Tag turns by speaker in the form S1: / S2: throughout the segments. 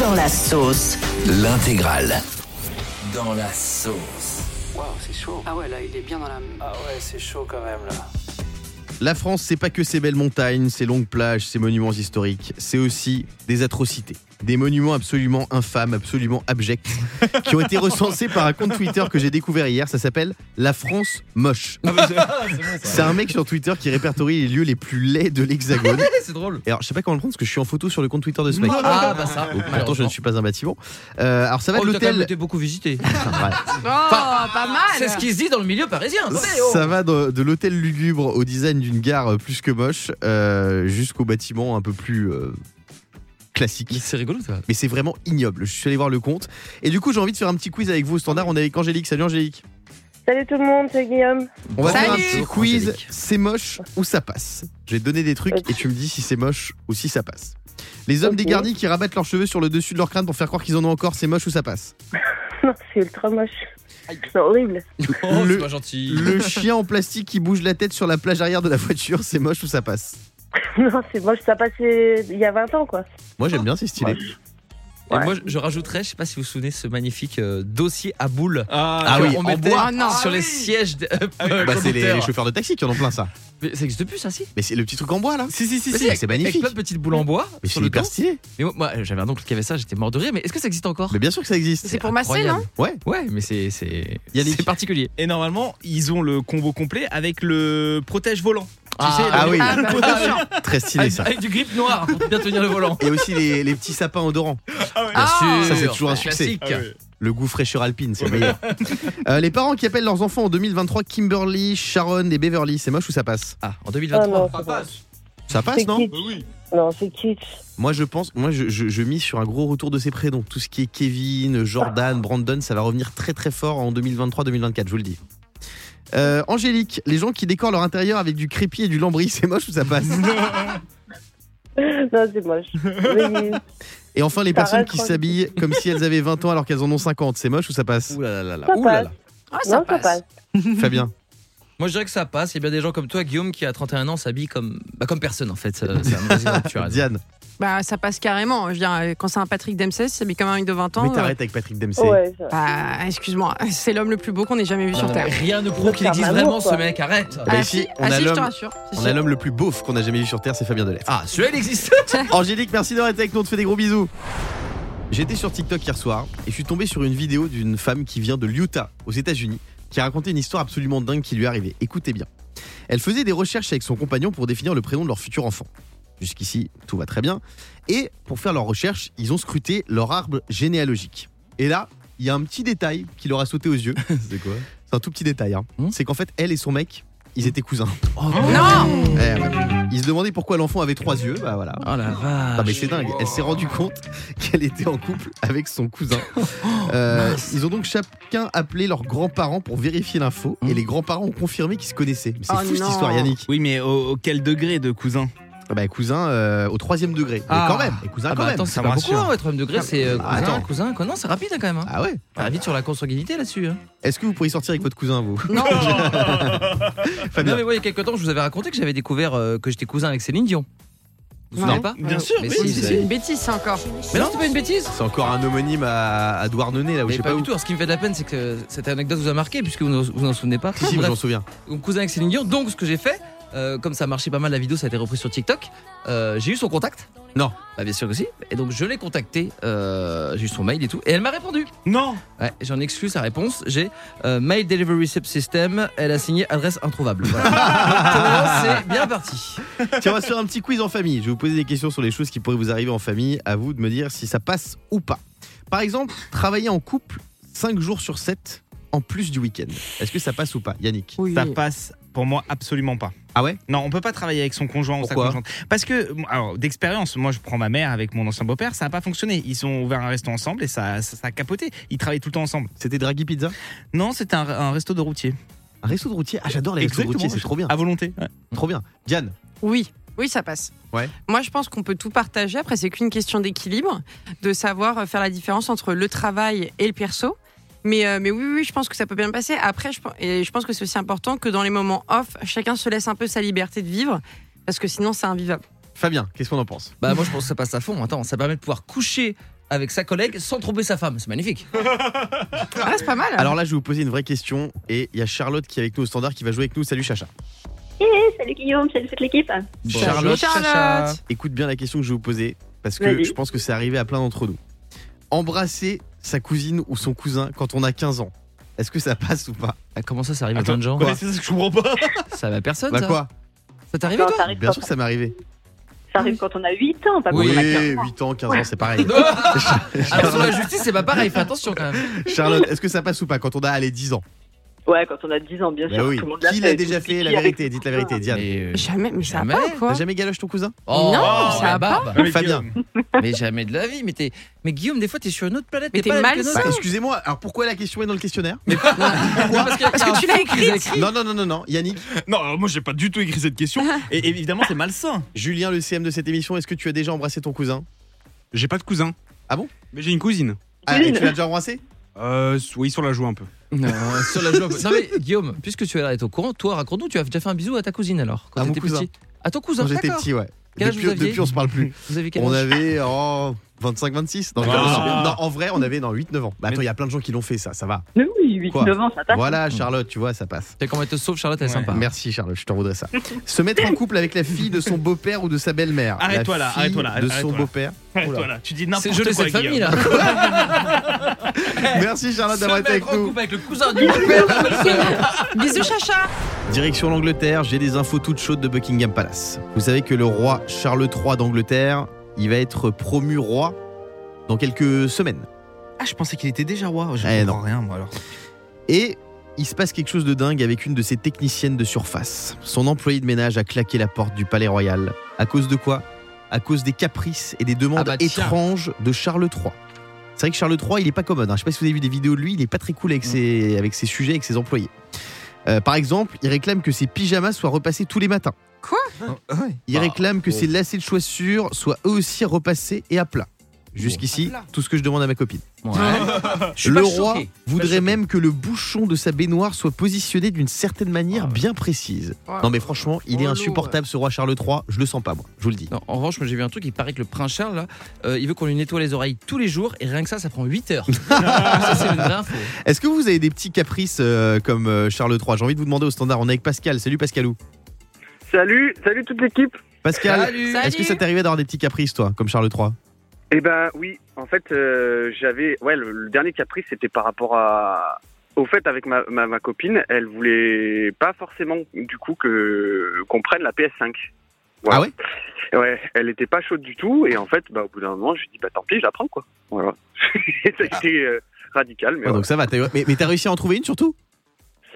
S1: Dans la sauce.
S2: L'intégrale. Dans la sauce.
S3: Waouh, c'est chaud.
S4: Ah ouais, là, il est bien dans la.
S3: Ah ouais, c'est chaud quand même là.
S5: La France, c'est pas que ses belles montagnes, ses longues plages, ses monuments historiques, c'est aussi des atrocités. Des monuments absolument infâmes, absolument abjects, qui ont été recensés par un compte Twitter que j'ai découvert hier. Ça s'appelle La France Moche. Ah, C'est un mec sur Twitter qui répertorie les lieux les plus laids de l'Hexagone.
S2: Eh, C'est drôle.
S5: Et alors, je sais pas comment le prendre parce que je suis en photo sur le compte Twitter de ce mec.
S2: Ah, bah ça.
S5: Donc, pourtant, je ne suis pas un bâtiment. Euh, alors, ça va de l'hôtel.
S2: T'es beaucoup visité.
S5: Ouais.
S4: Oh, pas mal
S2: C'est ce qui se dit dans le milieu parisien. Attendez, oh.
S5: Ça va de, de l'hôtel lugubre au design d'une gare euh, plus que moche euh, jusqu'au bâtiment un peu plus euh, classique.
S2: Mais c'est rigolo ça.
S5: Mais c'est vraiment ignoble. Je suis allé voir le compte. Et du coup, j'ai envie de faire un petit quiz avec vous au standard. On est avec Angélique. Salut Angélique.
S6: Salut tout le monde, c'est Guillaume.
S5: On va faire un
S4: Salut.
S5: petit
S2: Bonjour,
S5: quiz.
S2: Angélique.
S5: C'est moche ou ça passe Je vais te donner des trucs
S6: Ok.
S5: et tu me dis si c'est moche ou si ça passe. Les hommes
S6: Ok.
S5: dégarnis qui rabattent leurs cheveux sur le dessus de leur crâne pour faire croire qu'ils en ont encore, c'est moche ou ça passe
S6: Non, c'est ultra moche. C'est horrible.
S2: Oh,
S5: Le-
S2: c'est pas gentil.
S5: Le chien en plastique qui bouge la tête sur la plage arrière de la voiture, c'est moche ou ça passe
S6: Non, c'est moche. Ça passait il y a 20 ans, quoi.
S5: Moi j'aime bien, c'est stylé.
S2: Et moi, je- je rajouterais, je sais pas si vous vous souvenez, ce magnifique euh, dossier à boules.
S7: Ah,
S5: Ah
S2: que
S5: oui,
S2: on
S5: en
S2: mettait
S5: bois.
S4: Ah non.
S2: sur
S4: Ah
S2: les
S4: oui.
S2: sièges. de- euh,
S5: Bah, c'est les,
S2: conducteurs.
S5: les chauffeurs de taxi qui en ont plein ça.
S2: Mais ça existe plus ça si
S5: Mais c'est le petit truc en bois là.
S2: Si si si,
S5: Mais
S2: si,
S5: c'est-
S2: avec-
S5: c'est magnifique.
S2: Avec plein de petites boules en bois
S5: Mais
S2: sur
S5: c'est
S2: le
S5: hyper
S2: dos.
S5: stylé.
S2: Mais moi, moi, j'avais un oncle qui avait ça, j'étais mort de rire. Mais est-ce que ça existe encore
S5: Mais bien sûr que ça existe.
S4: C'est pour masser, non
S2: Incroyable.
S5: Ouais.
S2: Ouais, mais c'est c'est
S5: Yannick.
S2: c'est particulier.
S7: Et normalement, ils ont le combo complet avec le protège volant. Tu
S2: Ah,
S7: sais, le-
S5: Ah oui,
S4: Ah, bah,
S5: très stylé
S2: Avec,
S5: ça.
S2: avec du grip noir pour bien tenir le volant.
S5: Il y a aussi les, les petits sapins odorants.
S4: Ah,
S5: Ça, c'est toujours un succès.
S2: Classique.
S7: Ah ouais.
S5: Le goût fraîcheur alpine, c'est le meilleur. Euh, les parents qui appellent leurs enfants en 2023 Kimberly, Sharon et Beverly, c'est moche ou ça passe
S2: Ah, en
S6: Ah
S2: 2023.
S6: non, c'est
S7: Ça
S6: pas-
S7: passe.
S5: Ça
S6: c'est
S5: passe, non
S6: kitsch. Non, c'est kitsch.
S5: Moi je pense, moi je, je, je mise sur un gros retour de ces prénoms. Tout ce qui est Kevin, Jordan, Brandon, ça va revenir très très fort en 2023-2024, je vous le dis. Euh, Angélique, les gens qui décorent leur intérieur avec du crépi et du lambris, c'est moche ou ça passe
S6: Non, c'est moche. Mais
S5: Et enfin, les
S6: Ça
S5: personnes
S6: reste
S5: qui
S6: en-
S5: s'habillent comme si elles avaient 20 ans alors qu'elles en ont 50, c'est moche ou ça passe
S2: Ouh là là là là.
S6: Ça
S2: Ouh là
S6: passe.
S2: là.
S4: Ah, ça
S6: non, ça
S4: passe.
S6: passe.
S5: Fabien.
S2: Moi je dirais que ça passe. Il y a bien des gens comme toi, Guillaume, qui à 31 ans s'habille comme bah, comme personne en fait. Euh, C'est un mauvais exemple, tu as raison.
S5: Diane.
S4: Bah, ça passe carrément. Je veux dire, euh, quand c'est un Patrick Dempsey, c'est mis comme un mec de 20 ans.
S5: Mais
S4: euh,
S5: t'arrêtes avec Patrick Dempsey.
S6: Ouais, ça.
S4: Bah, excuse-moi, c'est l'homme le plus beau qu'on ait jamais vu
S2: Non,
S4: sur
S2: mais
S4: Terre.
S2: Rien ne prouve qu'il
S6: Ça
S2: existe
S6: va,
S2: vraiment ce
S6: quoi.
S2: mec. Arrête.
S5: bah, Ah, ici,
S4: si,
S5: on a
S4: ah, si, je te
S5: l'homme-
S4: rassure. Si,
S5: On
S4: si.
S5: a l'homme le plus beauf qu'on a jamais vu sur Terre, c'est Fabien Delay.
S2: Ah, celui-là il existe.
S5: Angélique, merci d'avoir été avec nous, on te fait des gros bisous. J'étais sur TikTok hier soir et je suis tombé sur une vidéo d'une femme qui vient de l'Utah, aux États-Unis, qui a raconté une histoire absolument dingue qui lui est arrivée. Écoutez bien. Elle faisait des recherches avec son compagnon pour définir le prénom de leur futur enfant. Jusqu'ici, tout va très bien. Et pour faire leurs recherches, ils ont scruté leur arbre généalogique. Et là, il y a un petit détail qui leur a sauté aux yeux.
S2: C'est quoi
S5: C'est un tout petit détail. hein.
S2: Hmm.
S5: C'est qu'en fait, elle et son mec, ils étaient cousins.
S4: Non
S5: Eh ouais. Ils se demandaient pourquoi l'enfant avait trois yeux. Bah voilà.
S2: Oh la
S5: Non mais
S2: vache.
S5: c'est dingue, elle s'est rendue compte qu'elle était en couple avec son cousin. Euh, ils ont donc chacun appelé leurs grands-parents pour vérifier l'info
S2: Mmh.
S5: et les grands-parents ont confirmé qu'ils se connaissaient. Mais C'est
S4: Oh
S5: fou cette
S4: non.
S5: histoire Yannick.
S7: Oui, mais au, quel degré de cousin
S5: Ah Bah cousin euh, au troisième degré. Mais
S2: Ah.
S5: quand même, et cousin
S2: Ah
S5: quand
S2: bah
S5: même.
S2: attends,
S7: ça
S2: c'est
S7: me
S2: pas beaucoup,
S7: rassure.
S2: hein, être homme de gré, c'est euh,
S5: Ah,
S2: cousin,
S5: attends.
S2: cousin, quoi. Non, c'est rapide hein, quand même. Hein.
S5: Ah ouais
S2: Ah, vite sur la consanguinité là-dessus. hein.
S5: Est-ce que vous pourriez sortir avec votre cousin vous
S4: Non
S5: Fabien.
S2: Non, mais ouais, il y a quelques temps, je vous avais raconté que j'avais découvert euh, que j'étais cousin avec Céline Dion. Vous vous
S4: Non.
S2: souvenez pas
S7: Bien sûr,
S2: Mais
S7: oui.
S2: si,
S4: C'est
S2: c'est-
S4: une bêtise, ça, encore.
S2: Mais non, c'était pas une bêtise.
S5: C'est encore un homonyme à, à Douarnenez là où je
S2: Mais
S5: sais
S2: pas,
S5: pas,
S2: du
S5: où.
S2: tout. Alors, ce qui me fait de la peine, c'est que cette anecdote vous a marqué, puisque vous n'en- vous n'en souvenez pas.
S5: Si si, moi,
S2: Bref,
S5: j'en souviens.
S2: mon cousin avec Céline Dion. Donc, ce que j'ai fait, euh, comme ça marchait pas mal la vidéo, ça a été repris sur TikTok. euh, j'ai eu son contact.
S5: Non.
S2: Bah, bien sûr que si. Et donc, je l'ai contacté. euh, j'ai eu son mail et tout. Et elle m'a répondu.
S7: Non
S2: Ouais, j'en exclus sa réponse. J'ai euh, Mail Delivery Sub System. Elle a signé adresse introuvable. Voilà. Donc, c'est bien parti.
S5: Tiens, on va se faire un petit quiz en famille. Je vais vous poser des questions sur les choses qui pourraient vous arriver en famille. À vous de me dire si ça passe ou pas. Par exemple, travailler en couple 5 jours sur 7 en plus du week-end. Est-ce que ça passe ou pas, Yannick
S4: Oui.
S7: Ça passe pour moi absolument pas.
S5: Ah ouais
S7: Non, on peut pas travailler avec son conjoint ou sa
S5: Pourquoi
S7: conjointe. Parce que, alors, d'expérience, moi je prends ma mère avec mon ancien beau-père, ça n'a pas fonctionné. Ils ont ouvert un resto ensemble et ça, ça, ça a capoté. Ils travaillent tout le temps ensemble.
S5: C'était Draghi Pizza
S7: Non, c'était un, un resto de routier.
S5: Un resto de routier Ah, j'adore les restos de
S7: Exactement.
S5: routiers, c'est trop bien.
S7: À volonté.
S5: Trop bien. Diane
S4: Oui, oui, ça passe.
S5: Ouais.
S4: Moi, je pense qu'on peut tout partager. Après, c'est qu'une question d'équilibre, de savoir euh, faire la différence entre le travail et le perso. Mais, euh, mais oui, oui, oui, je pense que ça peut bien passer. Après, je, pen- et je pense que c'est aussi important que dans les moments off, chacun se laisse un peu sa liberté de vivre, parce que sinon, c'est invivable.
S5: Fabien, qu'est-ce qu'on en pense
S2: Bah moi je pense que ça passe à fond. Attends, ça permet de pouvoir coucher avec sa collègue sans tromper sa femme. C'est magnifique.
S4: Ah, c'est pas mal.
S5: Alors là, je vais vous poser une vraie question et il y a Charlotte qui est avec nous au standard qui va jouer avec nous. Salut Chacha.
S8: Eh, salut Guillaume, salut toute l'équipe.
S2: Bonjour,
S5: Charlotte.
S2: Chacha.
S5: Écoute bien la question que je vais vous poser parce que
S6: Vas-y.
S5: je pense que c'est arrivé à plein d'entre nous. Embrasser sa cousine ou son cousin quand on a 15 ans, est-ce que ça passe ou pas
S2: Ah, Comment ça, ça arrive à
S5: Attends,
S2: plein de gens hein
S5: quoi Bah, C'est ça que je comprends pas.
S2: Ça va à personne.
S5: Bah
S2: ça
S5: quoi
S2: Ça t'arrive
S8: Non, ça
S2: toi
S8: arrive,
S5: Bien
S8: quand,
S5: sûr que ça m'est arrivé.
S8: ça arrive quand on a 8 ans, pas quand
S2: Oui.
S8: on a 15 ans.
S5: 8 ans, 15 ans, c'est pareil.
S2: Alors sur Ah, la justice, c'est pas pareil. Fais attention quand même.
S5: Charlotte, est-ce que ça passe ou pas quand on a allez, 10 ans
S8: Ouais, quand on a 10 ans, bien
S5: Bah
S8: sûr.
S5: oui.
S8: Tout le monde l'a
S5: Qui
S8: fait,
S5: l'a
S8: tout
S5: déjà
S8: le
S5: fait
S8: petit
S5: La
S8: avec
S5: vérité,
S8: tout
S5: dites la vérité, Diane.
S2: Mais, euh,
S4: Jamais, mais ça va
S2: Jamais.
S4: pas ou quoi
S5: T'as jamais galoche ton cousin
S2: oh,
S4: Non, ça
S2: la
S4: va
S7: Ah
S2: barbe.
S9: Ah
S5: Mais Fabien.
S7: Guillaume.
S2: Mais jamais de la vie. Mais, t'es- mais Guillaume, des fois, t'es sur une autre planète.
S4: Mais t'es
S2: pas là
S4: mal
S2: avec les
S5: Bah,
S2: autres.
S5: Excusez-moi, alors pourquoi la question est dans le questionnaire
S2: Non, Parce que,
S4: que tu l'as écrite.
S5: Non, non, non, non, non. Yannick,
S7: Non, alors moi j'ai pas du tout écrit cette question. Et évidemment, c'est malsain.
S5: Julien, le CM de cette émission, est-ce que tu as déjà embrassé ton cousin
S9: J'ai pas de cousin.
S5: Ah bon
S9: Mais j'ai une cousine.
S5: ah, Et tu l'as déjà embrassé
S9: Euh, oui, sur la joue un peu.
S2: Non, sur la joie- non, mais Guillaume, puisque tu es là et au courant, toi raconte-nous, tu as déjà fait un bisou à ta cousine alors quand
S5: À mon
S2: t'étais
S5: cousin.
S2: petit. À ton cousin,
S5: Quand j'étais
S2: d'accord.
S5: petit, ouais.
S2: Quel âge
S5: Depuis,
S2: vous aviez
S5: depuis, on se parle plus.
S2: Vous avez quel
S5: On
S2: âge
S5: avait oh, 25, 26. Non, je-
S9: Ah.
S5: euh, non, en vrai, on avait dans 8, 9 ans. Bah attends, il y a plein de gens qui l'ont fait, ça, ça va.
S8: Mais oui, 8,
S5: Quoi
S8: 9 ans, ça passe.
S5: Voilà, Charlotte, tu vois, ça passe.
S2: T'as comment elle te sauve, Charlotte, elle est
S7: Ouais.
S2: sympa.
S5: Merci Charlotte, je t'en voudrais ça. Se mettre en couple avec la fille de son beau-père ou de sa belle-mère. La
S7: Arrête-toi là,
S5: fille
S7: arrête-toi là,
S5: De
S7: arrête-toi
S5: son
S7: là.
S5: beau-père.
S7: Toi, là, tu dis
S2: C'est
S7: n'importe
S2: le
S7: quoi.
S2: jeu de cette famille
S7: Guillaume.
S2: là.
S5: Merci Charlotte d'avoir été avec nous.
S2: avec le cousin du père.
S4: Bisous, Chacha.
S5: Direction l'Angleterre, j'ai des infos toutes chaudes de Buckingham Palace. Vous savez que le roi Charles III d'Angleterre, il va être promu roi dans quelques semaines.
S7: Ah, je pensais qu'il était déjà roi. Je
S5: Eh,
S7: comprends rien, moi alors.
S5: Et il se passe quelque chose de dingue avec une de ses techniciennes de surface. Son employé de ménage a claqué la porte du palais royal. À cause de quoi À cause des caprices et des demandes
S2: Ah bah tiens.
S5: étranges de Charles III. C'est vrai que Charles III, il est pas commode. hein. Je sais pas si vous avez vu des vidéos de lui, il est pas très cool avec, ses, avec ses sujets, avec ses employés. Euh, par exemple, il réclame que ses pyjamas soient repassés tous les matins.
S4: Quoi
S5: Il
S2: Ah,
S5: réclame que
S2: bon.
S5: ses lacets de chaussures soient eux aussi repassés et à plat. Jusqu'ici,
S2: À plat.
S5: tout ce que je demande à ma copine.
S2: Je suis
S5: Le
S2: pas
S5: roi
S2: choqué.
S5: voudrait
S2: choqué.
S5: même que le bouchon de sa baignoire soit positionné d'une certaine manière
S2: Ah.
S5: bien précise. Non mais franchement, il est
S4: Oh,
S5: insupportable ce roi Charles III, je le sens pas moi, je vous le dis.
S2: Non, en revanche, moi j'ai vu un truc, il paraît que le prince Charles, là, euh, il veut qu'on lui nettoie les oreilles tous les jours et rien que ça, ça prend 8 heures. ça, c'est une vraie info.
S5: Est-ce que vous avez des petits caprices euh, comme euh, Charles III J'ai envie de vous demander au standard, on est avec Pascal, salut Pascalou.
S10: Salut, salut toute l'équipe.
S5: Pascal,
S2: Salut.
S5: est-ce que ça t'est arrivé d'avoir des petits caprices toi, comme Charles III
S10: Eh ben oui, en fait, euh, j'avais, ouais, le, le dernier caprice c'était par rapport à, au fait avec ma, ma, ma copine, elle voulait pas forcément du coup que qu'on prenne la PS5. Voilà.
S5: Ah ouais
S10: Ouais, elle était pas chaude du tout et en fait, bah, au bout d'un moment, je dis bah tant pis, je la prends quoi. Voilà. Et ça a été euh, radical, mais
S5: Ouais,
S10: voilà.
S5: Ah, Donc ça va, t'as- mais, mais t'as réussi à en trouver une surtout
S10: Ah,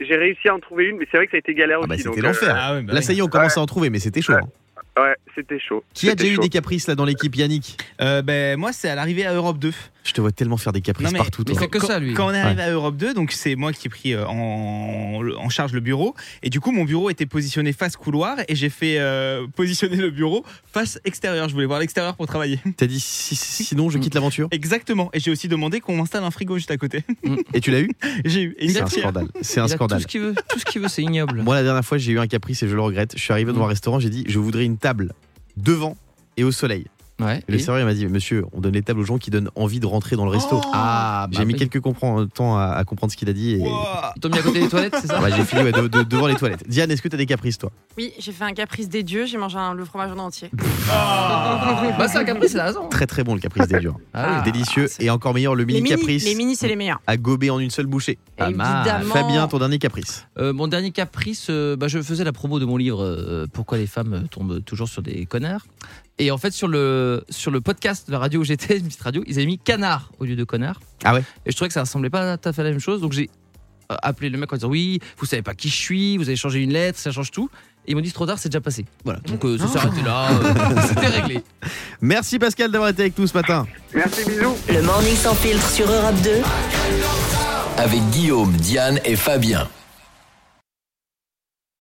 S10: j'ai réussi à en trouver une, mais c'est vrai que ça a été galère
S5: Ah bah
S10: aussi.
S5: c'était
S10: donc, euh,
S5: l'enfer.
S7: Ah, ouais, bah
S5: Là
S7: oui.
S5: ça y est, on commence à en trouver, mais c'était chaud. hein.
S10: ouais, c'était chaud.
S5: Qui a
S10: C'était
S5: déjà eu
S10: chaud.
S5: des caprices là dans l'équipe Yannick
S7: Euh, ben, moi, c'est à l'arrivée à Europe 2.
S5: Je te vois tellement faire des caprices
S7: Non, mais-
S5: partout.
S2: Mais
S5: toi.
S2: c'est que
S7: Quand-
S2: ça, lui.
S7: Quand on est arrivé à Europe 2, donc c'est moi qui ai pris euh, en, en charge le bureau. Et du coup, mon bureau était positionné face couloir et j'ai fait euh, positionner le bureau face extérieur. Je voulais voir l'extérieur pour travailler.
S5: T'as dit si- si- sinon je quitte l'aventure
S7: Exactement. Et j'ai aussi demandé qu'on m'installe un frigo juste à côté.
S5: et tu l'as eu
S7: j'ai eu. Et
S5: C'est
S7: j'ai
S5: un
S7: pris- hein.
S5: scandale. C'est un
S2: Il a tout
S5: scandale.
S2: ce qu'il veut, tout ce qu'il veut, c'est ignoble.
S5: Moi, la dernière fois, j'ai eu un caprice et je le regrette. Je suis arrivé devant un restaurant, j'ai dit Je voudrais une table devant et au soleil.
S2: Ouais.
S5: Et le
S2: et-
S5: serveur il m'a dit Monsieur, on donne les tables aux gens qui donnent envie de rentrer dans le resto.
S7: Oh
S5: ah,
S2: bah
S5: j'ai mis
S2: oui.
S5: quelques compren- temps à, à comprendre ce qu'il a dit. Et...
S7: Ouah.
S2: T'as mis à côté des toilettes, c'est ça
S5: Ouais, j'ai fini ouais, de- de- devant les toilettes. Diane, est-ce que t'as des caprices, toi
S4: Oui, j'ai fait un caprice des dieux, j'ai mangé un- le fromage en entier.
S7: Ah.
S2: Bah, c'est un caprice, c'est la raison.
S5: Très très bon le caprice des durs.
S2: Ah,
S5: Délicieux
S4: c'est-
S5: et encore meilleur le
S4: les
S5: mini
S4: mini,
S5: caprice
S4: les mini, c'est les meilleurs.
S5: à gober en une seule bouchée.
S2: Pas mal.
S4: Évidemment.
S5: Fabien, ton dernier caprice.
S2: Euh, mon dernier caprice, euh, bah, je faisais la promo de mon livre euh, Pourquoi les femmes euh, tombent toujours sur des connards. Et en fait, sur le, sur le podcast de la radio où j'étais, une petite radio, ils avaient mis canard au lieu de connard.
S5: Ah ouais
S2: Et je trouvais que ça ressemblait pas tout à fait à la même chose. Donc j'ai euh, appelé le mec en disant Oui, vous savez pas qui je suis, vous avez changé une lettre, ça change tout. Et ils m'ont dit C'est trop tard, c'est déjà passé. Voilà. Donc euh, ça
S5: Ah.
S2: s'est arrêté là, euh, c'était réglé.
S5: Merci Pascal d'avoir été avec nous ce matin.
S10: Merci, bisous.
S1: Le morning sans filtre sur Europe 2.
S11: Avec Guillaume, Diane et Fabien.